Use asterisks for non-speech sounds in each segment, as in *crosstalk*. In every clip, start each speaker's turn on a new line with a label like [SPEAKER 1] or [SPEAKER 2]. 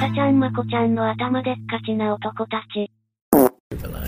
[SPEAKER 1] 子ちゃんの頭でっかちな男たち。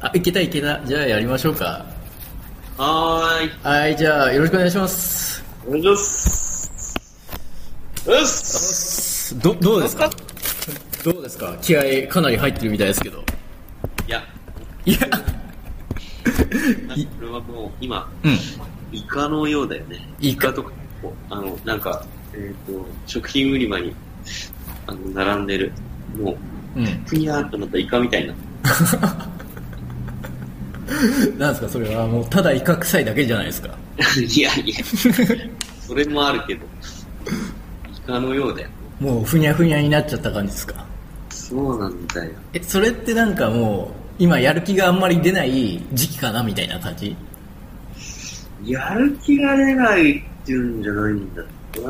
[SPEAKER 2] あ、いけたいけた。じゃあやりましょうか。
[SPEAKER 3] はーい。
[SPEAKER 2] はい、じゃあよろしくお願いします。
[SPEAKER 3] お願いします。よし
[SPEAKER 2] ど、どうですかどうですか気合かなり入ってるみたいですけど。
[SPEAKER 3] いや、
[SPEAKER 2] いや、
[SPEAKER 3] これはもう今、
[SPEAKER 2] うん。
[SPEAKER 3] イカのようだよね。
[SPEAKER 2] イカ
[SPEAKER 3] とか、こうあの、なんか、えっ、と、食品売り場に、あの、並んでる。もう、
[SPEAKER 2] うん。
[SPEAKER 3] ふにゃーっとなったイカみたいな。 *laughs*
[SPEAKER 2] なんですかそれはもうただイカ臭いだけじゃないですか。
[SPEAKER 3] いやいや、それもあるけど、イカのようだよ。
[SPEAKER 2] もうふにゃふにゃになっちゃった感じですか。
[SPEAKER 3] そうなんだよ。
[SPEAKER 2] え、それってなんかもう、今やる気があんまり出ない時期かなみたいな感じ
[SPEAKER 3] やる気が出ないっていうんじゃないんだろう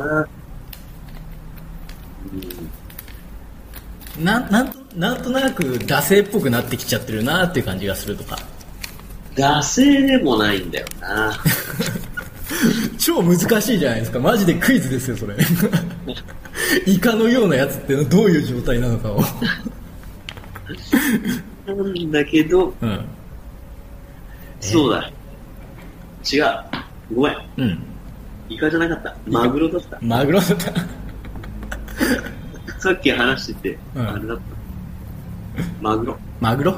[SPEAKER 3] な。うん
[SPEAKER 2] なん、なんと、なんとなく惰性っぽくなってきちゃってるなっていう感じがするとか。
[SPEAKER 3] 惰性でもないんだよな。
[SPEAKER 2] 超難しいじゃないですかマジでクイズですよそれ *laughs* イカのようなやつってどういう状態なのかを
[SPEAKER 3] なんだけど、
[SPEAKER 2] うん
[SPEAKER 3] そうだ。違う。ごめん。
[SPEAKER 2] うん
[SPEAKER 3] イカじゃなかった。マグロだった。
[SPEAKER 2] マグロだった
[SPEAKER 3] さっき話してて、
[SPEAKER 2] うん
[SPEAKER 3] あれだった。マグロ。
[SPEAKER 2] マグロ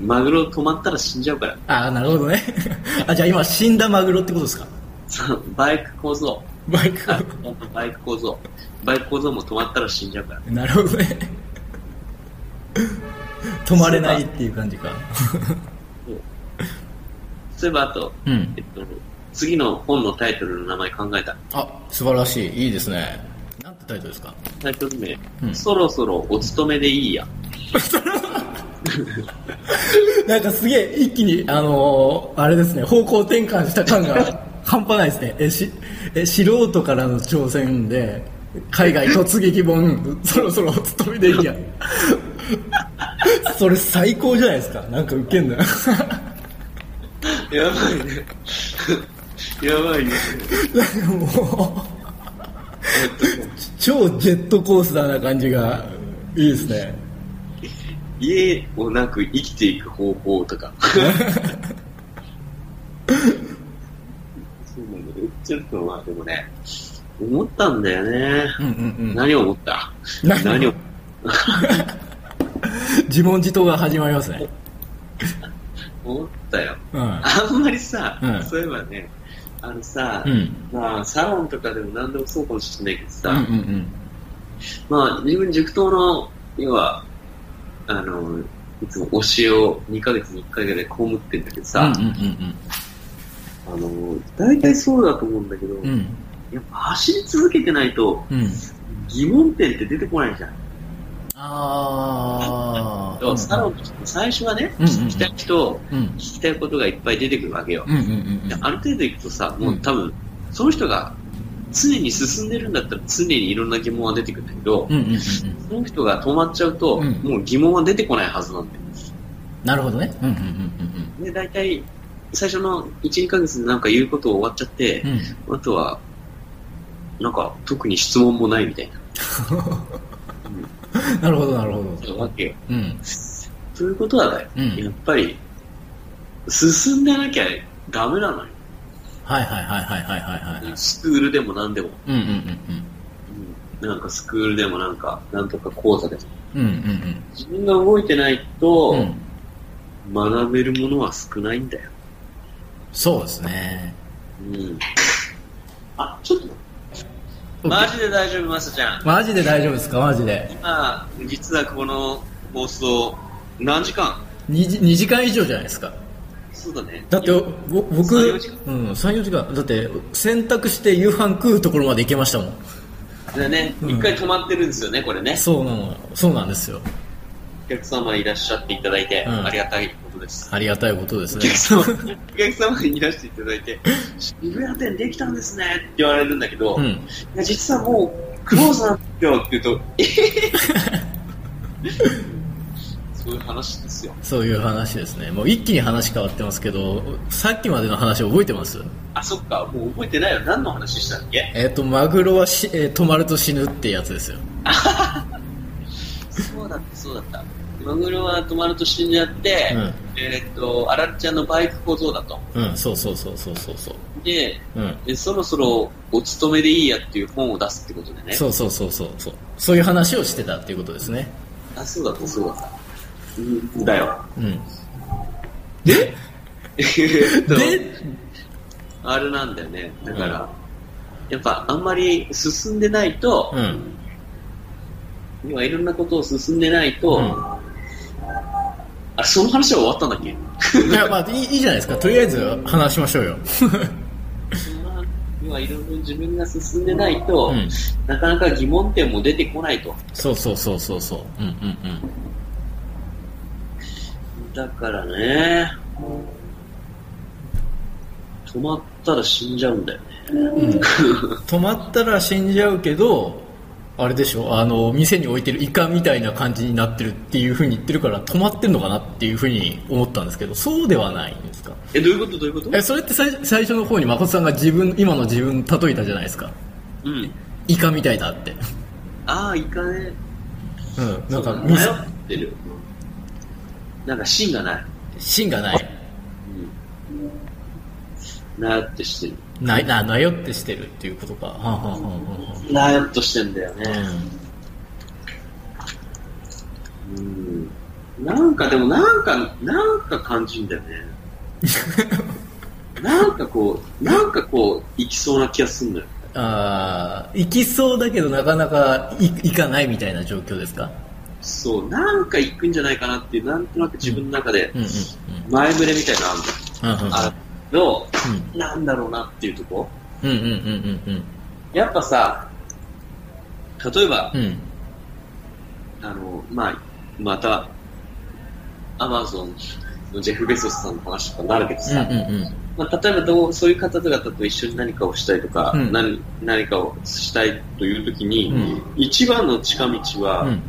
[SPEAKER 3] マグロ止まったら死んじゃうから。
[SPEAKER 2] ああなるほどね *laughs* あじゃあ今死んだマグロってことですか
[SPEAKER 3] そうバイク構 *laughs* 造。
[SPEAKER 2] バイク
[SPEAKER 3] あほんとバイク構造。バイク構造も止まったら死んじゃうから。
[SPEAKER 2] なるほどね *laughs* 止まれないっていう感じか
[SPEAKER 3] そうそういえばあと、
[SPEAKER 2] うん
[SPEAKER 3] えっと、次の本のタイトルの名前考えた。
[SPEAKER 2] あ素晴らしいいいですねなんてタイトルですか
[SPEAKER 3] タイトル名、
[SPEAKER 2] うん
[SPEAKER 3] そろそろお勤めでいいや。
[SPEAKER 2] *laughs* なんかすげえ一気に、あのーあれですね、方向転換した感
[SPEAKER 3] *laughs*
[SPEAKER 2] が半端ないですね。え、し、え、素人からの挑戦で、海外突撃本、そろそろお勤めでいいや。 *laughs* それ最高じゃないですか。なんかウケんな。
[SPEAKER 3] やばいね。やばいね。
[SPEAKER 2] もう、超ジェットコースターな感じが、いいですね。
[SPEAKER 3] 家をなく生きていく方法とか。そうなんだよ。ちょっとまあでもね、思ったんだよね。
[SPEAKER 2] うんうん
[SPEAKER 3] 何を思った
[SPEAKER 2] 何
[SPEAKER 3] を。
[SPEAKER 2] うん。自問自答が始まりますね。
[SPEAKER 3] 思っ
[SPEAKER 2] *laughs*
[SPEAKER 3] たよ。
[SPEAKER 2] うん。
[SPEAKER 3] あんまりさ、
[SPEAKER 2] うん
[SPEAKER 3] そういえばね、あのさ、
[SPEAKER 2] うん。
[SPEAKER 3] まあサロンとかでも何でもそうかもしれないけどさ、
[SPEAKER 2] うんうんうん。
[SPEAKER 3] まあ自分塾頭の、要は、あの、いつも推しを2ヶ月に1回ぐらい被ってんだけどさ、
[SPEAKER 2] うんうん
[SPEAKER 3] あの、大体そうだと思うんだけど、
[SPEAKER 2] うんうん。
[SPEAKER 3] やっぱ走り続けてないと
[SPEAKER 2] うん。うん。
[SPEAKER 3] 疑問点って出てこないじゃん。
[SPEAKER 2] ああ。
[SPEAKER 3] サロンとして最初はね、
[SPEAKER 2] うんうんうん
[SPEAKER 3] 聞きたい人、
[SPEAKER 2] うん
[SPEAKER 3] 聞。きたいことがいっぱい出てくるわけよ。
[SPEAKER 2] うんうんうん
[SPEAKER 3] である程度行くとさ、もううん多分、その人が常に進んでるんだったら常にいろんな疑問は出てくるんだけど、
[SPEAKER 2] うん。うんうんうん。
[SPEAKER 3] その人が止まっちゃうと、
[SPEAKER 2] うん
[SPEAKER 3] もう疑問は出てこないはずなんだよ。
[SPEAKER 2] なるほどね。うんうんうん
[SPEAKER 3] で、大体、最初の1、2ヶ月でなんか言うことを終わっちゃって
[SPEAKER 2] うんう、ん。 *laughs*
[SPEAKER 3] あとは、なんか特に質問もないみたい
[SPEAKER 2] う
[SPEAKER 3] な
[SPEAKER 2] ん。なるほどなるほど。
[SPEAKER 3] わけよ。
[SPEAKER 2] うん。
[SPEAKER 3] ということはだよ、
[SPEAKER 2] うん
[SPEAKER 3] やっぱり、進んでなきゃダメなのよ。
[SPEAKER 2] はいはいはいはいはいはいはい。
[SPEAKER 3] スクールでも何でも。
[SPEAKER 2] うんうん
[SPEAKER 3] うんなんかスクールでもなんか、なんとか講座でも。
[SPEAKER 2] うんうん。うんうん
[SPEAKER 3] 自分が動いてないと
[SPEAKER 2] う、ん。うん。
[SPEAKER 3] 学べるものは少ないんだよ。
[SPEAKER 2] そうですね。
[SPEAKER 3] うん。あ、ちょっと待って。マジで大丈夫、マサちゃん。
[SPEAKER 2] マジで大丈夫ですかマジで。
[SPEAKER 3] 今、実はこの放送、何時間
[SPEAKER 2] 2時二時間以上じゃないですか。
[SPEAKER 3] そうだね。
[SPEAKER 2] だって、ぼ僕、
[SPEAKER 3] 三四時間
[SPEAKER 2] うん、3、4時間。だって、洗濯して夕飯食うところまで行けましたもん。
[SPEAKER 3] でね、
[SPEAKER 2] うん
[SPEAKER 3] 一回止まってるんですよね、これね。
[SPEAKER 2] そうなの。そうなんですよ。
[SPEAKER 3] お客様いらっしゃっていただいて、
[SPEAKER 2] うん
[SPEAKER 3] ありがたいことです。
[SPEAKER 2] ありがたいことです
[SPEAKER 3] お
[SPEAKER 2] ね
[SPEAKER 3] 客。様、お客様にいらしていただいて、渋谷店できたんですねって言われるんだけど、
[SPEAKER 2] う
[SPEAKER 3] い
[SPEAKER 2] ん。
[SPEAKER 3] や実はもうクローズなんですよって言うと、えへへそういう話ですよ。
[SPEAKER 2] そういう話ですね。もう一気に話変わってますけど、さっきまでの話覚えてます
[SPEAKER 3] あ、そっか、もう覚えてないよ。何の話したっけ
[SPEAKER 2] えっ、と、マグロはし、えー止まると死ぬってやつですよ。
[SPEAKER 3] そうだった、そうだった。マグロは止まると死んじゃって、
[SPEAKER 2] うん
[SPEAKER 3] えーっと、アラルちゃんのバイク小僧だと。
[SPEAKER 2] うん、そうそうそうそうそうそう。
[SPEAKER 3] で、
[SPEAKER 2] うん。
[SPEAKER 3] えそろそろお勤めでいいやっていう本を出すってことでね。
[SPEAKER 2] そうそうそうそうそう。そういう話をしてたっていうことですね。
[SPEAKER 3] あ、そうだった、そうだった。うんだよ。
[SPEAKER 2] うん。で、で、
[SPEAKER 3] あれなんだよね。だから、やっぱあんまり進んでないと、
[SPEAKER 2] うん。
[SPEAKER 3] 今いろんなことを進んでないと、
[SPEAKER 2] うん
[SPEAKER 3] あ、その話は終わったんだっけ
[SPEAKER 2] いや、まあ、いいいいじゃないですか。とりあえず話しましょうよ。
[SPEAKER 3] そんな今いろいろ自分が進んでないと、
[SPEAKER 2] うん。
[SPEAKER 3] なかなか疑問点も出てこないと。
[SPEAKER 2] そうそうそうそうそう。うんうんうん。
[SPEAKER 3] だからね、止まったら死んじゃうんだよね。
[SPEAKER 2] 止まったら死んじゃうけどあれでしょあの店に置いてるイカみたいな感じになってるっていうふうに言ってるから止まってるのかなっていうふうに思ったんですけどそうではないんですか
[SPEAKER 3] え、どういうことどういうこと
[SPEAKER 2] えそれって最最初の方に誠さんが自分今の自分例えたじゃないですか
[SPEAKER 3] うん。
[SPEAKER 2] イカみたいだって、
[SPEAKER 3] ああ、いかね。
[SPEAKER 2] うん、なん
[SPEAKER 3] そ
[SPEAKER 2] か
[SPEAKER 3] うだ迷
[SPEAKER 2] 店
[SPEAKER 3] ってる。なんか芯がない。
[SPEAKER 2] 芯がない
[SPEAKER 3] なよっとしてる。
[SPEAKER 2] ないななよってしてるっていうことかはんはんはんはんはん
[SPEAKER 3] なよっとしてんだよね。
[SPEAKER 2] う
[SPEAKER 3] うん。なんかでもなんか、なんか感じんだよね。
[SPEAKER 2] *laughs*
[SPEAKER 3] なんかこう、なんかこう、いきそうな気がすんのよ。
[SPEAKER 2] んあー行きそうだけどなかなかい行かないみたいな状況ですか
[SPEAKER 3] そう、なんか行くんじゃないかなっていう、なんとなく自分の中で
[SPEAKER 2] うんうん
[SPEAKER 3] 前触れみたいなのあるんだよ。
[SPEAKER 2] うんうん
[SPEAKER 3] あるの、
[SPEAKER 2] うん
[SPEAKER 3] なんだろうなっていうとこ。
[SPEAKER 2] うんうんうんうん
[SPEAKER 3] やっぱさ、例えば
[SPEAKER 2] う、んうん
[SPEAKER 3] あの、まあ、また、アマゾンのジェフ・ベソスさんの話とかになるけど
[SPEAKER 2] うん
[SPEAKER 3] さ、
[SPEAKER 2] うんうん
[SPEAKER 3] まあ、例えばどうそういう方々と一緒に何かをしたいとか、
[SPEAKER 2] うん
[SPEAKER 3] 何何かをしたいというときに、
[SPEAKER 2] うん
[SPEAKER 3] 一番の近道は、
[SPEAKER 2] うん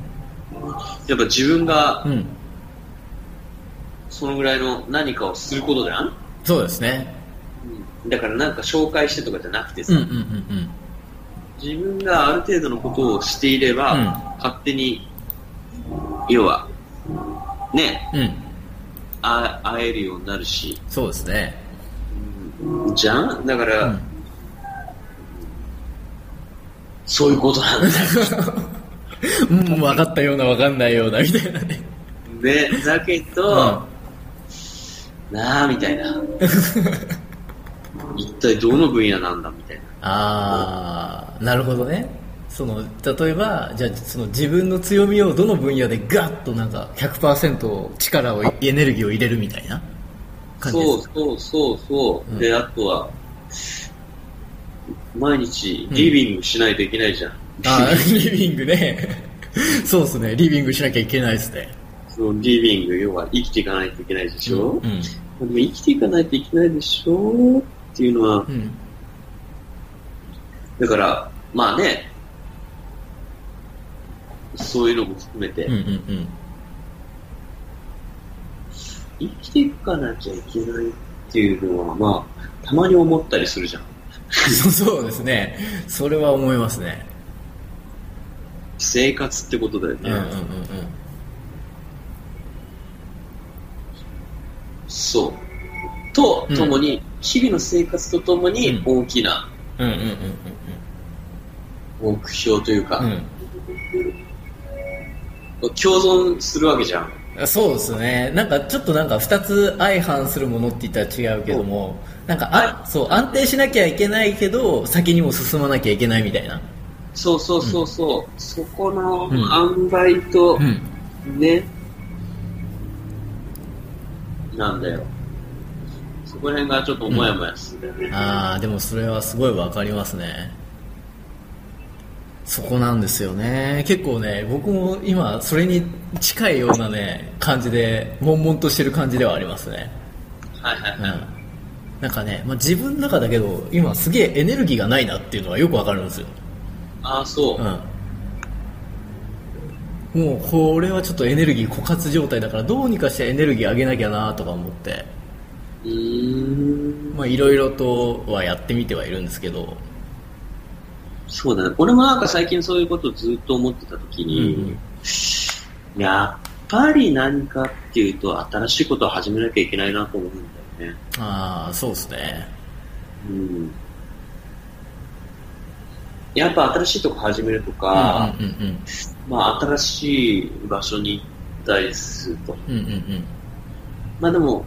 [SPEAKER 3] やっぱ自分が
[SPEAKER 2] うん
[SPEAKER 3] そのぐらいの何かをすることじゃん、
[SPEAKER 2] そうですね
[SPEAKER 3] だからなんか紹介してとかじゃなくて
[SPEAKER 2] う
[SPEAKER 3] さ、
[SPEAKER 2] んうんうん
[SPEAKER 3] 自分がある程度のことをしていれば、
[SPEAKER 2] うん
[SPEAKER 3] 勝手に、要は、ね、
[SPEAKER 2] うんうん
[SPEAKER 3] あ会えるようになるし、
[SPEAKER 2] そうですね
[SPEAKER 3] じゃんだから、
[SPEAKER 2] うん
[SPEAKER 3] そういうこと
[SPEAKER 2] *laughs*
[SPEAKER 3] なんだよ
[SPEAKER 2] うん分かったような分かんないようなみたいなね
[SPEAKER 3] ね。だけど、なあ、みたい
[SPEAKER 2] *laughs*
[SPEAKER 3] な。一体どの分野なんだ、みたいな。
[SPEAKER 2] ああなるほどねその例えばじゃあその自分の強みをどの分野でガッとなんか100%力をエネルギーを入れるみたいな感じです
[SPEAKER 3] そうそうそうそう。
[SPEAKER 2] うん
[SPEAKER 3] で、あとは、毎日リビングしないといけないじゃん。
[SPEAKER 2] あーリビングねそうですねリビングしなきゃいけないですね
[SPEAKER 3] *laughs* そのリビング、要は生きていかないといけないでしょ、
[SPEAKER 2] うん
[SPEAKER 3] でも生きていかないといけないでしょっていうのは、
[SPEAKER 2] うん
[SPEAKER 3] だから、まあね、そういうのも含めて、
[SPEAKER 2] うんうんうん
[SPEAKER 3] 生きていかなきゃいけないっていうのは、まあ、たまに思ったりするじゃん。
[SPEAKER 2] そう *laughs* そうですね。それは思いますね。
[SPEAKER 3] 生活ってことだよ
[SPEAKER 2] う
[SPEAKER 3] ね。
[SPEAKER 2] んうんうんうん。
[SPEAKER 3] そう。と、
[SPEAKER 2] うん
[SPEAKER 3] ともに、日々の生活とともに大きな
[SPEAKER 2] うんうんうん
[SPEAKER 3] 目標というか、
[SPEAKER 2] うん
[SPEAKER 3] 共存するわけじゃん。
[SPEAKER 2] うん。そうですね。なんかちょっとなんか二つ相反するものって言ったら違うけども、なんかあ、そう、安定しなきゃいけないけど、先にも進まなきゃいけないみたいな。
[SPEAKER 3] そうそうそうそう。そこの
[SPEAKER 2] うん
[SPEAKER 3] 塩梅と、
[SPEAKER 2] うん。
[SPEAKER 3] ね、なんだよ。そこら辺がちょっともやもやするんだよね。
[SPEAKER 2] ああ、でもそれはすごいわかりますね。そこなんですよね。結構ね、僕も今、それに近いようなね、感じで、悶々としてる感じではありますね。
[SPEAKER 3] はいはいはい。
[SPEAKER 2] なんかね、まあ、自分の中だけど今すげえエネルギーがないなっていうのはよくわかるんですよ、
[SPEAKER 3] ああ、そ
[SPEAKER 2] う
[SPEAKER 3] う。
[SPEAKER 2] ん、もうこれはちょっとエネルギー枯渇状態だからどうにかしてエネルギー上げなきゃなとか思って
[SPEAKER 3] うーん。
[SPEAKER 2] まあいろいろとはやってみてはいるんですけど、
[SPEAKER 3] そうだね。俺もなんか最近そういうことをずっと思ってた時に、
[SPEAKER 2] うん
[SPEAKER 3] やっぱり何かっていうと、新しいことを始めなきゃいけないなと思うんだよね。
[SPEAKER 2] ああ、そうですね。
[SPEAKER 3] うん。やっぱ新しいとこ始めるとか、
[SPEAKER 2] うんうん
[SPEAKER 3] まあ新しい場所に行ったりすると。
[SPEAKER 2] うん。うんうん
[SPEAKER 3] まあでも、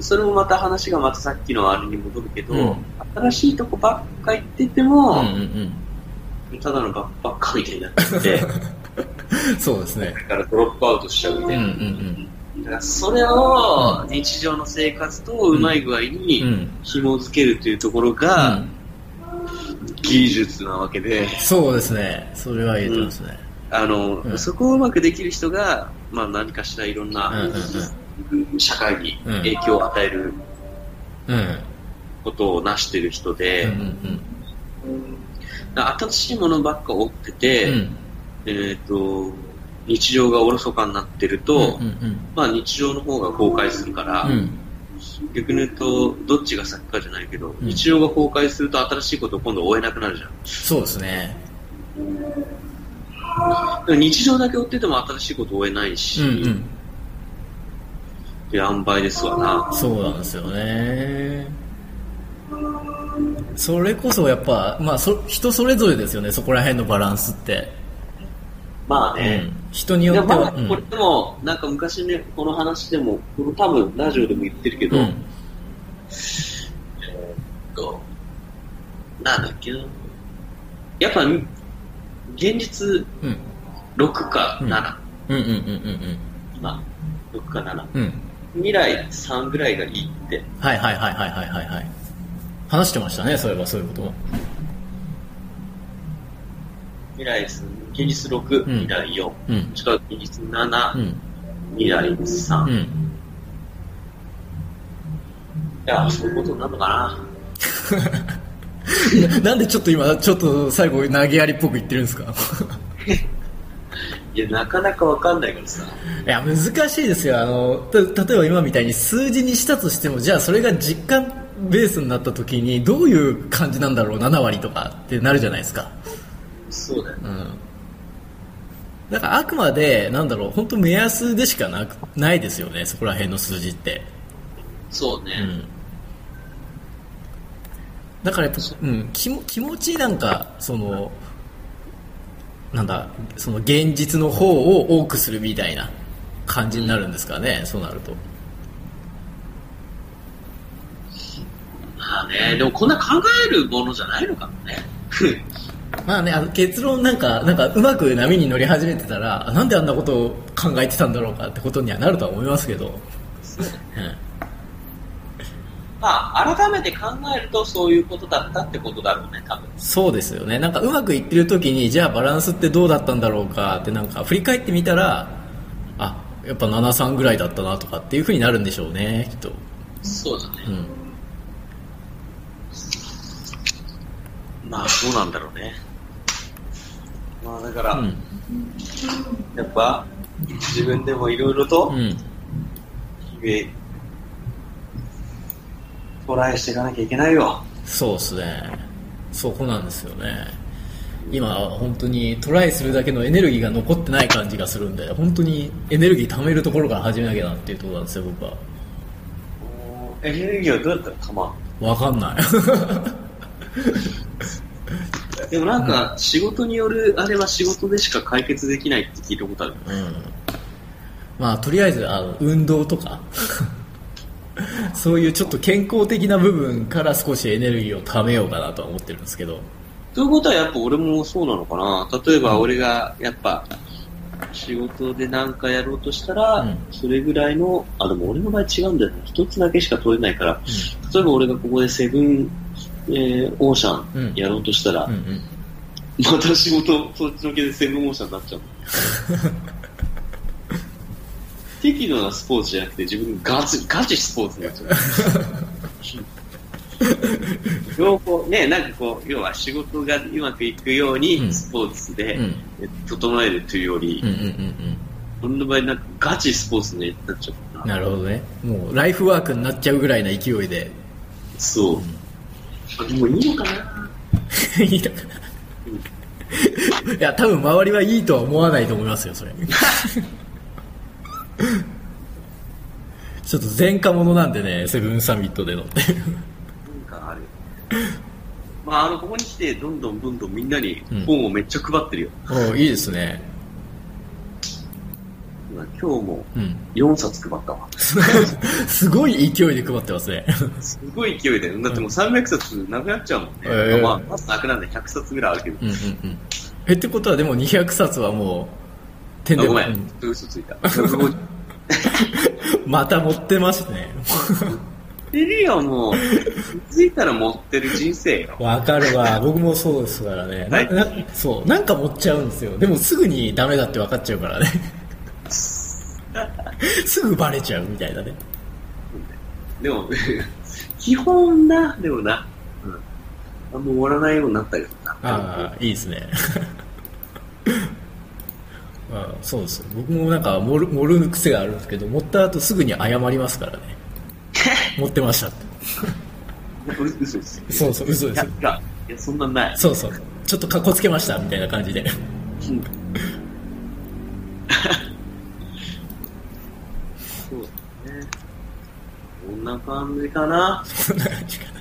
[SPEAKER 3] それもまた話がまたさっきのあれに戻るけど、
[SPEAKER 2] うん
[SPEAKER 3] 新しいとこばっか行ってて
[SPEAKER 2] うん。う
[SPEAKER 3] も、
[SPEAKER 2] んうん
[SPEAKER 3] ただのバックパッカーみたいになって
[SPEAKER 2] *laughs*
[SPEAKER 3] て、だ
[SPEAKER 2] うん。そうですね。
[SPEAKER 3] からドロップアウトしちゃう
[SPEAKER 2] う
[SPEAKER 3] み
[SPEAKER 2] ん
[SPEAKER 3] た
[SPEAKER 2] う
[SPEAKER 3] い
[SPEAKER 2] ん
[SPEAKER 3] な。だからそれを日常の生活とうまい具合
[SPEAKER 2] うん。う
[SPEAKER 3] に
[SPEAKER 2] ん。
[SPEAKER 3] 紐付けるというところ
[SPEAKER 2] う
[SPEAKER 3] が
[SPEAKER 2] ん
[SPEAKER 3] 技術なわけで、
[SPEAKER 2] そうですね。それは言えてますね。
[SPEAKER 3] あの、
[SPEAKER 2] うん
[SPEAKER 3] そこをうまくできる人が、まあ何かしらいろん
[SPEAKER 2] うんうん
[SPEAKER 3] な社会に
[SPEAKER 2] うん
[SPEAKER 3] 影響を与える
[SPEAKER 2] うん。うん。
[SPEAKER 3] ことを成してる人
[SPEAKER 2] う
[SPEAKER 3] で、
[SPEAKER 2] んうん
[SPEAKER 3] だから新しいものばっか追って
[SPEAKER 2] う
[SPEAKER 3] て、
[SPEAKER 2] ん。うん。
[SPEAKER 3] えっ、と、日常がおろそかになってると、
[SPEAKER 2] うんうん
[SPEAKER 3] まあ日常の方が崩壊するから、
[SPEAKER 2] うん。うん。
[SPEAKER 3] 逆に言うと、どっちが先かじゃないけど、
[SPEAKER 2] うん
[SPEAKER 3] 日常が崩壊すると新しいことを今度追えなくなるじゃん。
[SPEAKER 2] そうですね。
[SPEAKER 3] だから日常だけ追ってても新しいことを追えないし、
[SPEAKER 2] うん
[SPEAKER 3] っ
[SPEAKER 2] うん。
[SPEAKER 3] ていう塩梅ですわな。
[SPEAKER 2] そうなんですよね。それこそやっぱ、まあそ、人それぞれですよね、そこら辺のバランスって。
[SPEAKER 3] まあ
[SPEAKER 2] う
[SPEAKER 3] ね。
[SPEAKER 2] ん、人によ
[SPEAKER 3] で
[SPEAKER 2] っ
[SPEAKER 3] も
[SPEAKER 2] て
[SPEAKER 3] ま
[SPEAKER 2] は。
[SPEAKER 3] あ、
[SPEAKER 2] うん
[SPEAKER 3] これでも、なんか昔ね、この話でも、この多分ラジオでも言ってるけど、
[SPEAKER 2] う
[SPEAKER 3] え
[SPEAKER 2] ん
[SPEAKER 3] ーっと、なんだっけな。やっぱ、現実
[SPEAKER 2] うん
[SPEAKER 3] 6か7、
[SPEAKER 2] うんうんうん
[SPEAKER 3] 今、6か7。
[SPEAKER 2] うんうん。
[SPEAKER 3] 未来3ぐらいがいいって。
[SPEAKER 2] はいはいはいはいはいはいはい。話してましたね、そういえばそういうことも。
[SPEAKER 3] 未来3、現実6、
[SPEAKER 2] うん
[SPEAKER 3] 未来4。
[SPEAKER 2] うん。
[SPEAKER 3] 違う、現実7、
[SPEAKER 2] うん。
[SPEAKER 3] 未来3。
[SPEAKER 2] う
[SPEAKER 3] い
[SPEAKER 2] ん。
[SPEAKER 3] や、そういうことになるのかな。
[SPEAKER 2] *laughs* ななんでちょっと今、ちょっと最後投げやりっぽく言ってるんですか
[SPEAKER 3] いや、なかなかわかんないからさ。
[SPEAKER 2] いや、難しいですよ。あの、た例えば今みたいに数字にしたとしても、じゃあそれが実感ベースになった時に、どういう感じなんだろう、7割とかってなるじゃないですか。
[SPEAKER 3] そうだよね。
[SPEAKER 2] うん。だからあくまで、なんだろう、本当目安でしかなく、ないですよね、そこら辺の数字って。
[SPEAKER 3] そうね。
[SPEAKER 2] うんだからやっぱ、うん、気も気持ちなんかそのなんだその現実の方を多くするみたいな感じになるんですかね、そうなると
[SPEAKER 3] まあね、でもこんな考えるものじゃないのかもね。
[SPEAKER 2] まあねあの結論なんかなんかうまく波に乗り始めてたらあなんであんなことを考えてたんだろうかってことにはなるとは思いますけど、
[SPEAKER 3] *laughs* まあ、改めて考えるとそういうことだったってことだろうね、多分。
[SPEAKER 2] そうですよねなんかうまくいってる時にじゃあバランスってどうだったんだろうかってなんか振り返ってみたらあやっぱ73ぐらいだったなとかっていうふうになるんでしょうねきっと
[SPEAKER 3] そうだね。
[SPEAKER 2] うん
[SPEAKER 3] まあ、そうなんだろうね。まあ、だから、
[SPEAKER 2] うん
[SPEAKER 3] やっぱ、自分でもいろいろと
[SPEAKER 2] う、ん
[SPEAKER 3] 日々、トライしていかなきゃいけないよ。
[SPEAKER 2] そうですねそこなんですよね今本当にトライするだけのエネルギーが残ってない感じがするんで本当にエネルギー貯めるところから始めなきゃなっていうところなんですよ僕は
[SPEAKER 3] エネルギーはどうやったらたまんの
[SPEAKER 2] わかんない
[SPEAKER 3] でもなんか、仕事によるあれは仕事でしか解決できないって聞いたことある。
[SPEAKER 2] うんまあとりあえずあの運動とかそういうちょっと健康的な部分から少しエネルギーを貯めようかなとは思ってるんですけど
[SPEAKER 3] ということはやっぱ俺もそうなのかな。例えば俺がやっぱ、仕事でなんかやろうとしたら、
[SPEAKER 2] うん
[SPEAKER 3] それぐらいの、あ、でも俺の場合違うんだよね。一つだけしか取れないから、例えば俺がここでセブン、えーオーシャンやろうとしたら、
[SPEAKER 2] うんうん
[SPEAKER 3] また仕事、そっちのけでセブンオーシャンになっちゃうの。適度なスポーツじゃなくて自分ガチ、ガチスポーツになっちゃう。両方、ね、なんかこう、要は仕事がうまくいくよう
[SPEAKER 2] う
[SPEAKER 3] に
[SPEAKER 2] ん
[SPEAKER 3] スポーツで
[SPEAKER 2] うん
[SPEAKER 3] 整えるというより、
[SPEAKER 2] うんうんうん
[SPEAKER 3] 俺の場合なんかガチスポーツになっちゃうか
[SPEAKER 2] うん
[SPEAKER 3] ら、
[SPEAKER 2] なるほどねもうライフワークになっちゃうぐらいな勢いで
[SPEAKER 3] そう。あでもいいのかない
[SPEAKER 2] いのか *laughs* ないや多分周りはいいとは思わないと思いますよそれちょっと前科者なんでね、セブンサミットでの。
[SPEAKER 3] 文化あるよ。まあ、あの、ここに来て、どんどんどんどんみんなに本をめっちゃ配ってるよ。
[SPEAKER 2] おいいですね。
[SPEAKER 3] 今日も
[SPEAKER 2] うん。
[SPEAKER 3] 4冊配ったわ。
[SPEAKER 2] *laughs* すごい勢いで配ってますね。
[SPEAKER 3] すごい勢いだよ。だってもう300冊なくなっちゃうもんね。
[SPEAKER 2] ええ
[SPEAKER 3] まあ、まずなくなんで100冊ぐらいあるけど。
[SPEAKER 2] うんうんうん。え、ってことはでも200冊はもう、手
[SPEAKER 3] あ
[SPEAKER 2] で
[SPEAKER 3] ごめ
[SPEAKER 2] うんん、
[SPEAKER 3] 嘘ついた。150
[SPEAKER 2] また持ってますね。
[SPEAKER 3] ってるよ、もう。気づいたら持ってる人生よ。
[SPEAKER 2] わかるわ。僕もそうですからね。ななそう。なんか持っちゃうんですよ。でもすぐにダメだって分かっちゃう
[SPEAKER 3] *laughs*
[SPEAKER 2] からね。すぐバレちゃうみたいなね。
[SPEAKER 3] でも、 *laughs* 基本な、でもな。うん。あんま終わらないようになったけどな。
[SPEAKER 2] ああ、いいですね。 *laughs* あーそうですよ僕もなんか盛る盛る癖があるんですけど持った後すぐに謝ります
[SPEAKER 3] *laughs*
[SPEAKER 2] からね持ってましたって
[SPEAKER 3] う嘘です。
[SPEAKER 2] そうそう嘘
[SPEAKER 3] い
[SPEAKER 2] です
[SPEAKER 3] や、
[SPEAKER 2] よ
[SPEAKER 3] いや、いやそんなんない。
[SPEAKER 2] そうそうちょっとかっこつけましたみたいな感じで *laughs*
[SPEAKER 3] うんそうだね。こんな感じかな。
[SPEAKER 2] そんな感じかな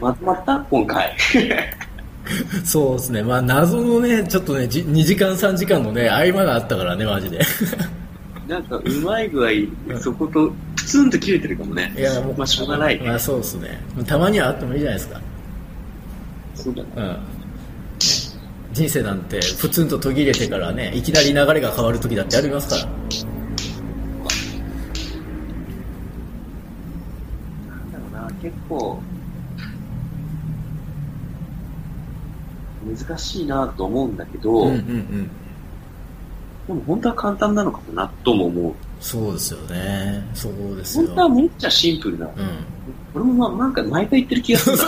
[SPEAKER 3] まとまった今回。 *laughs*
[SPEAKER 2] そうですねまあ謎のねちょっとねじ2時間3時間のね合間があったからねマジで
[SPEAKER 3] なんか、うまい具合、そこと、プツンと切れてるかもね。
[SPEAKER 2] いやもう
[SPEAKER 3] まあ、しょうがない。
[SPEAKER 2] まあそうですねたまにはあってもいいじゃないですか
[SPEAKER 3] そうだね。
[SPEAKER 2] うん人生なんてプツンと途切れてからねいきなり流れが変わる時だってありますから
[SPEAKER 3] なんだろうな、結構、難しいなと思うんだけど、
[SPEAKER 2] うんうんうん
[SPEAKER 3] でも本当は簡単なのかもなとも思う。
[SPEAKER 2] そうですよねそうですよ
[SPEAKER 3] 本当はめっちゃシンプルだ。
[SPEAKER 2] うん
[SPEAKER 3] 俺もまあなんか毎回言ってる気がするな。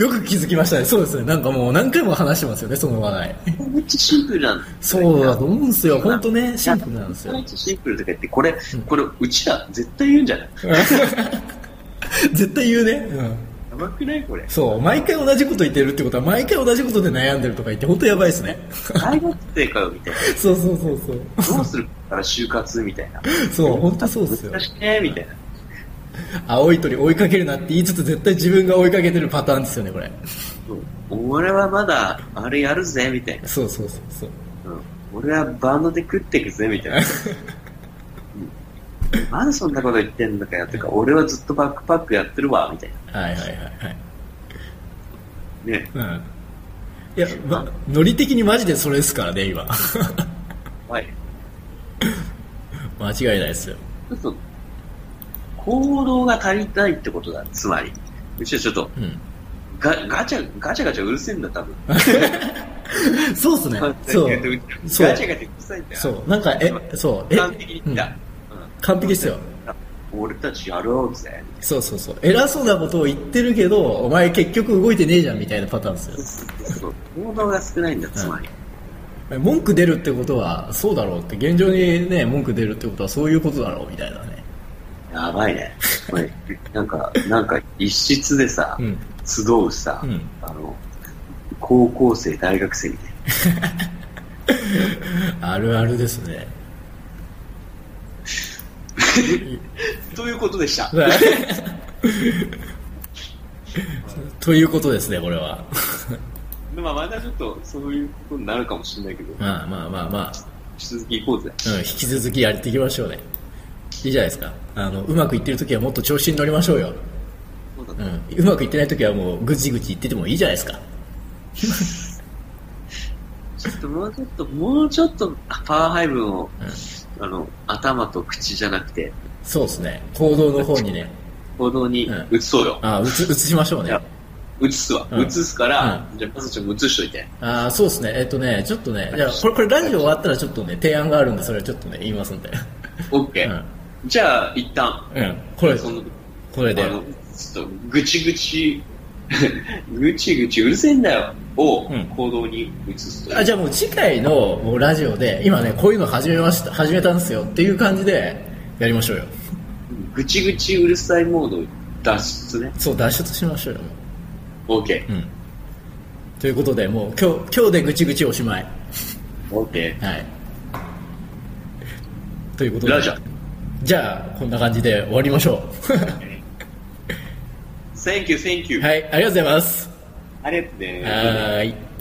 [SPEAKER 2] よく気づきましたねそうですねなんかもう何回も話してますよねその話題
[SPEAKER 3] めっちゃシンプルなんだ。
[SPEAKER 2] そうだと思うんですよ本当ねシンプルなんです
[SPEAKER 3] め
[SPEAKER 2] よ
[SPEAKER 3] っちゃシンプルとか言って、これ、これ、うちら絶対言うんじゃない
[SPEAKER 2] *laughs* 絶対言うね、うん、
[SPEAKER 3] やばくないこれ。
[SPEAKER 2] そう毎回同じこと言ってるってことは毎回同じことで悩んでるとか言って本当やばいですね
[SPEAKER 3] 大学生かよ、みたい
[SPEAKER 2] そうそうそうそう *laughs*
[SPEAKER 3] な。どうするから就活みたいな。
[SPEAKER 2] そう本当そうですよ
[SPEAKER 3] 難しくねみたいな。
[SPEAKER 2] 青い鳥追いかけるなって言いつつ絶対自分が追いかけてるパターンですよねこれ
[SPEAKER 3] そう俺はまだ、あれやるぜ、みたいな。
[SPEAKER 2] そうそうそうそう
[SPEAKER 3] うん俺はバンドで食ってくぜ
[SPEAKER 2] *laughs*
[SPEAKER 3] みたいな、うん、まだそんなこと言ってんのかよとか俺はずっとバックパックやってるわみたい
[SPEAKER 2] はいはいはいはい
[SPEAKER 3] なね
[SPEAKER 2] うんいや、ま、ノリ的にマジでそれですからね今 *laughs*
[SPEAKER 3] はい
[SPEAKER 2] 間違いないですよ
[SPEAKER 3] ちょっと行動が足りないってことだつまりうちはちょっと
[SPEAKER 2] うん
[SPEAKER 3] ガガチャガチャガチャうるせえんだ多分
[SPEAKER 2] そうっすね
[SPEAKER 3] そ
[SPEAKER 2] そうう
[SPEAKER 3] ガチャガチ
[SPEAKER 2] そう
[SPEAKER 3] ャうるさいんだよ
[SPEAKER 2] そうなんかえそうえ
[SPEAKER 3] 完璧に言った、うん
[SPEAKER 2] 完璧ですよ
[SPEAKER 3] 俺たちやろうぜ
[SPEAKER 2] そうそうそう偉そうなことを言ってるけどお前結局動いてねえじゃんみたいなパターンですよ
[SPEAKER 3] そう行動が少ないんだつまり、
[SPEAKER 2] 文句出るってことはそうだろうって現状にね文句出るってことはそういうことだろうみたいなね
[SPEAKER 3] やばいねこれなんかなんか一室でさ、
[SPEAKER 2] うん
[SPEAKER 3] 集うさ、
[SPEAKER 2] うん
[SPEAKER 3] あの、高校生、大学生みたいな。
[SPEAKER 2] あるあるです *laughs* ね
[SPEAKER 3] ということでした。
[SPEAKER 2] ということですねこれは
[SPEAKER 3] まあ、またちょっとそういうことになるかもしれないけど、引
[SPEAKER 2] まあまあまあま
[SPEAKER 3] き続き行こうぜ。
[SPEAKER 2] あ、うん、引き続きやっていきましょうねいいじゃないですかあのうまくいってる時はもっと調子に乗りましょうよ
[SPEAKER 3] そうだ
[SPEAKER 2] う
[SPEAKER 3] ね。
[SPEAKER 2] ん、うまくいってない時はもうぐちぐち言っててもいいじゃないですか
[SPEAKER 3] ちょっともうちょっと、もうちょっとパワー配分を、あの、頭と口じゃなくて、
[SPEAKER 2] そうですね行動の方にね
[SPEAKER 3] 行動に
[SPEAKER 2] うん
[SPEAKER 3] 移そうよ。
[SPEAKER 2] あうつ移しましょう
[SPEAKER 3] い
[SPEAKER 2] ね
[SPEAKER 3] や移すわ。
[SPEAKER 2] うん
[SPEAKER 3] 移すから、じゃあ、パサちゃんも移しといて。
[SPEAKER 2] あそうですねえっとねちょっとねじゃあこれこれラジオ終わったらちょっとね提案があるんでそれはちょっとね言いますんでう
[SPEAKER 3] OK、
[SPEAKER 2] ん、
[SPEAKER 3] じゃあ、一旦、
[SPEAKER 2] うん、これ
[SPEAKER 3] その、
[SPEAKER 2] これで
[SPEAKER 3] あの、ちょっと、ぐちぐち、 *laughs* ぐちぐちうるせえんだよ、を
[SPEAKER 2] うん
[SPEAKER 3] 行動に移すという。
[SPEAKER 2] あじゃあもう次回のもうラジオで今ねこういうの始めました始めたんですよっていう感じでやりましょうよ
[SPEAKER 3] ぐちぐちうるさいモード脱出ね。
[SPEAKER 2] そう脱出しましょうよ
[SPEAKER 3] OK。
[SPEAKER 2] うんということでもう今日今日でぐちぐちおしまい
[SPEAKER 3] OK。
[SPEAKER 2] はいということで
[SPEAKER 3] ラジャ
[SPEAKER 2] じゃあこんな感じで終わりましょ *laughs*
[SPEAKER 3] Thank you, thank you.
[SPEAKER 2] うはいありがとうございます
[SPEAKER 3] ありがとうね。
[SPEAKER 2] はーい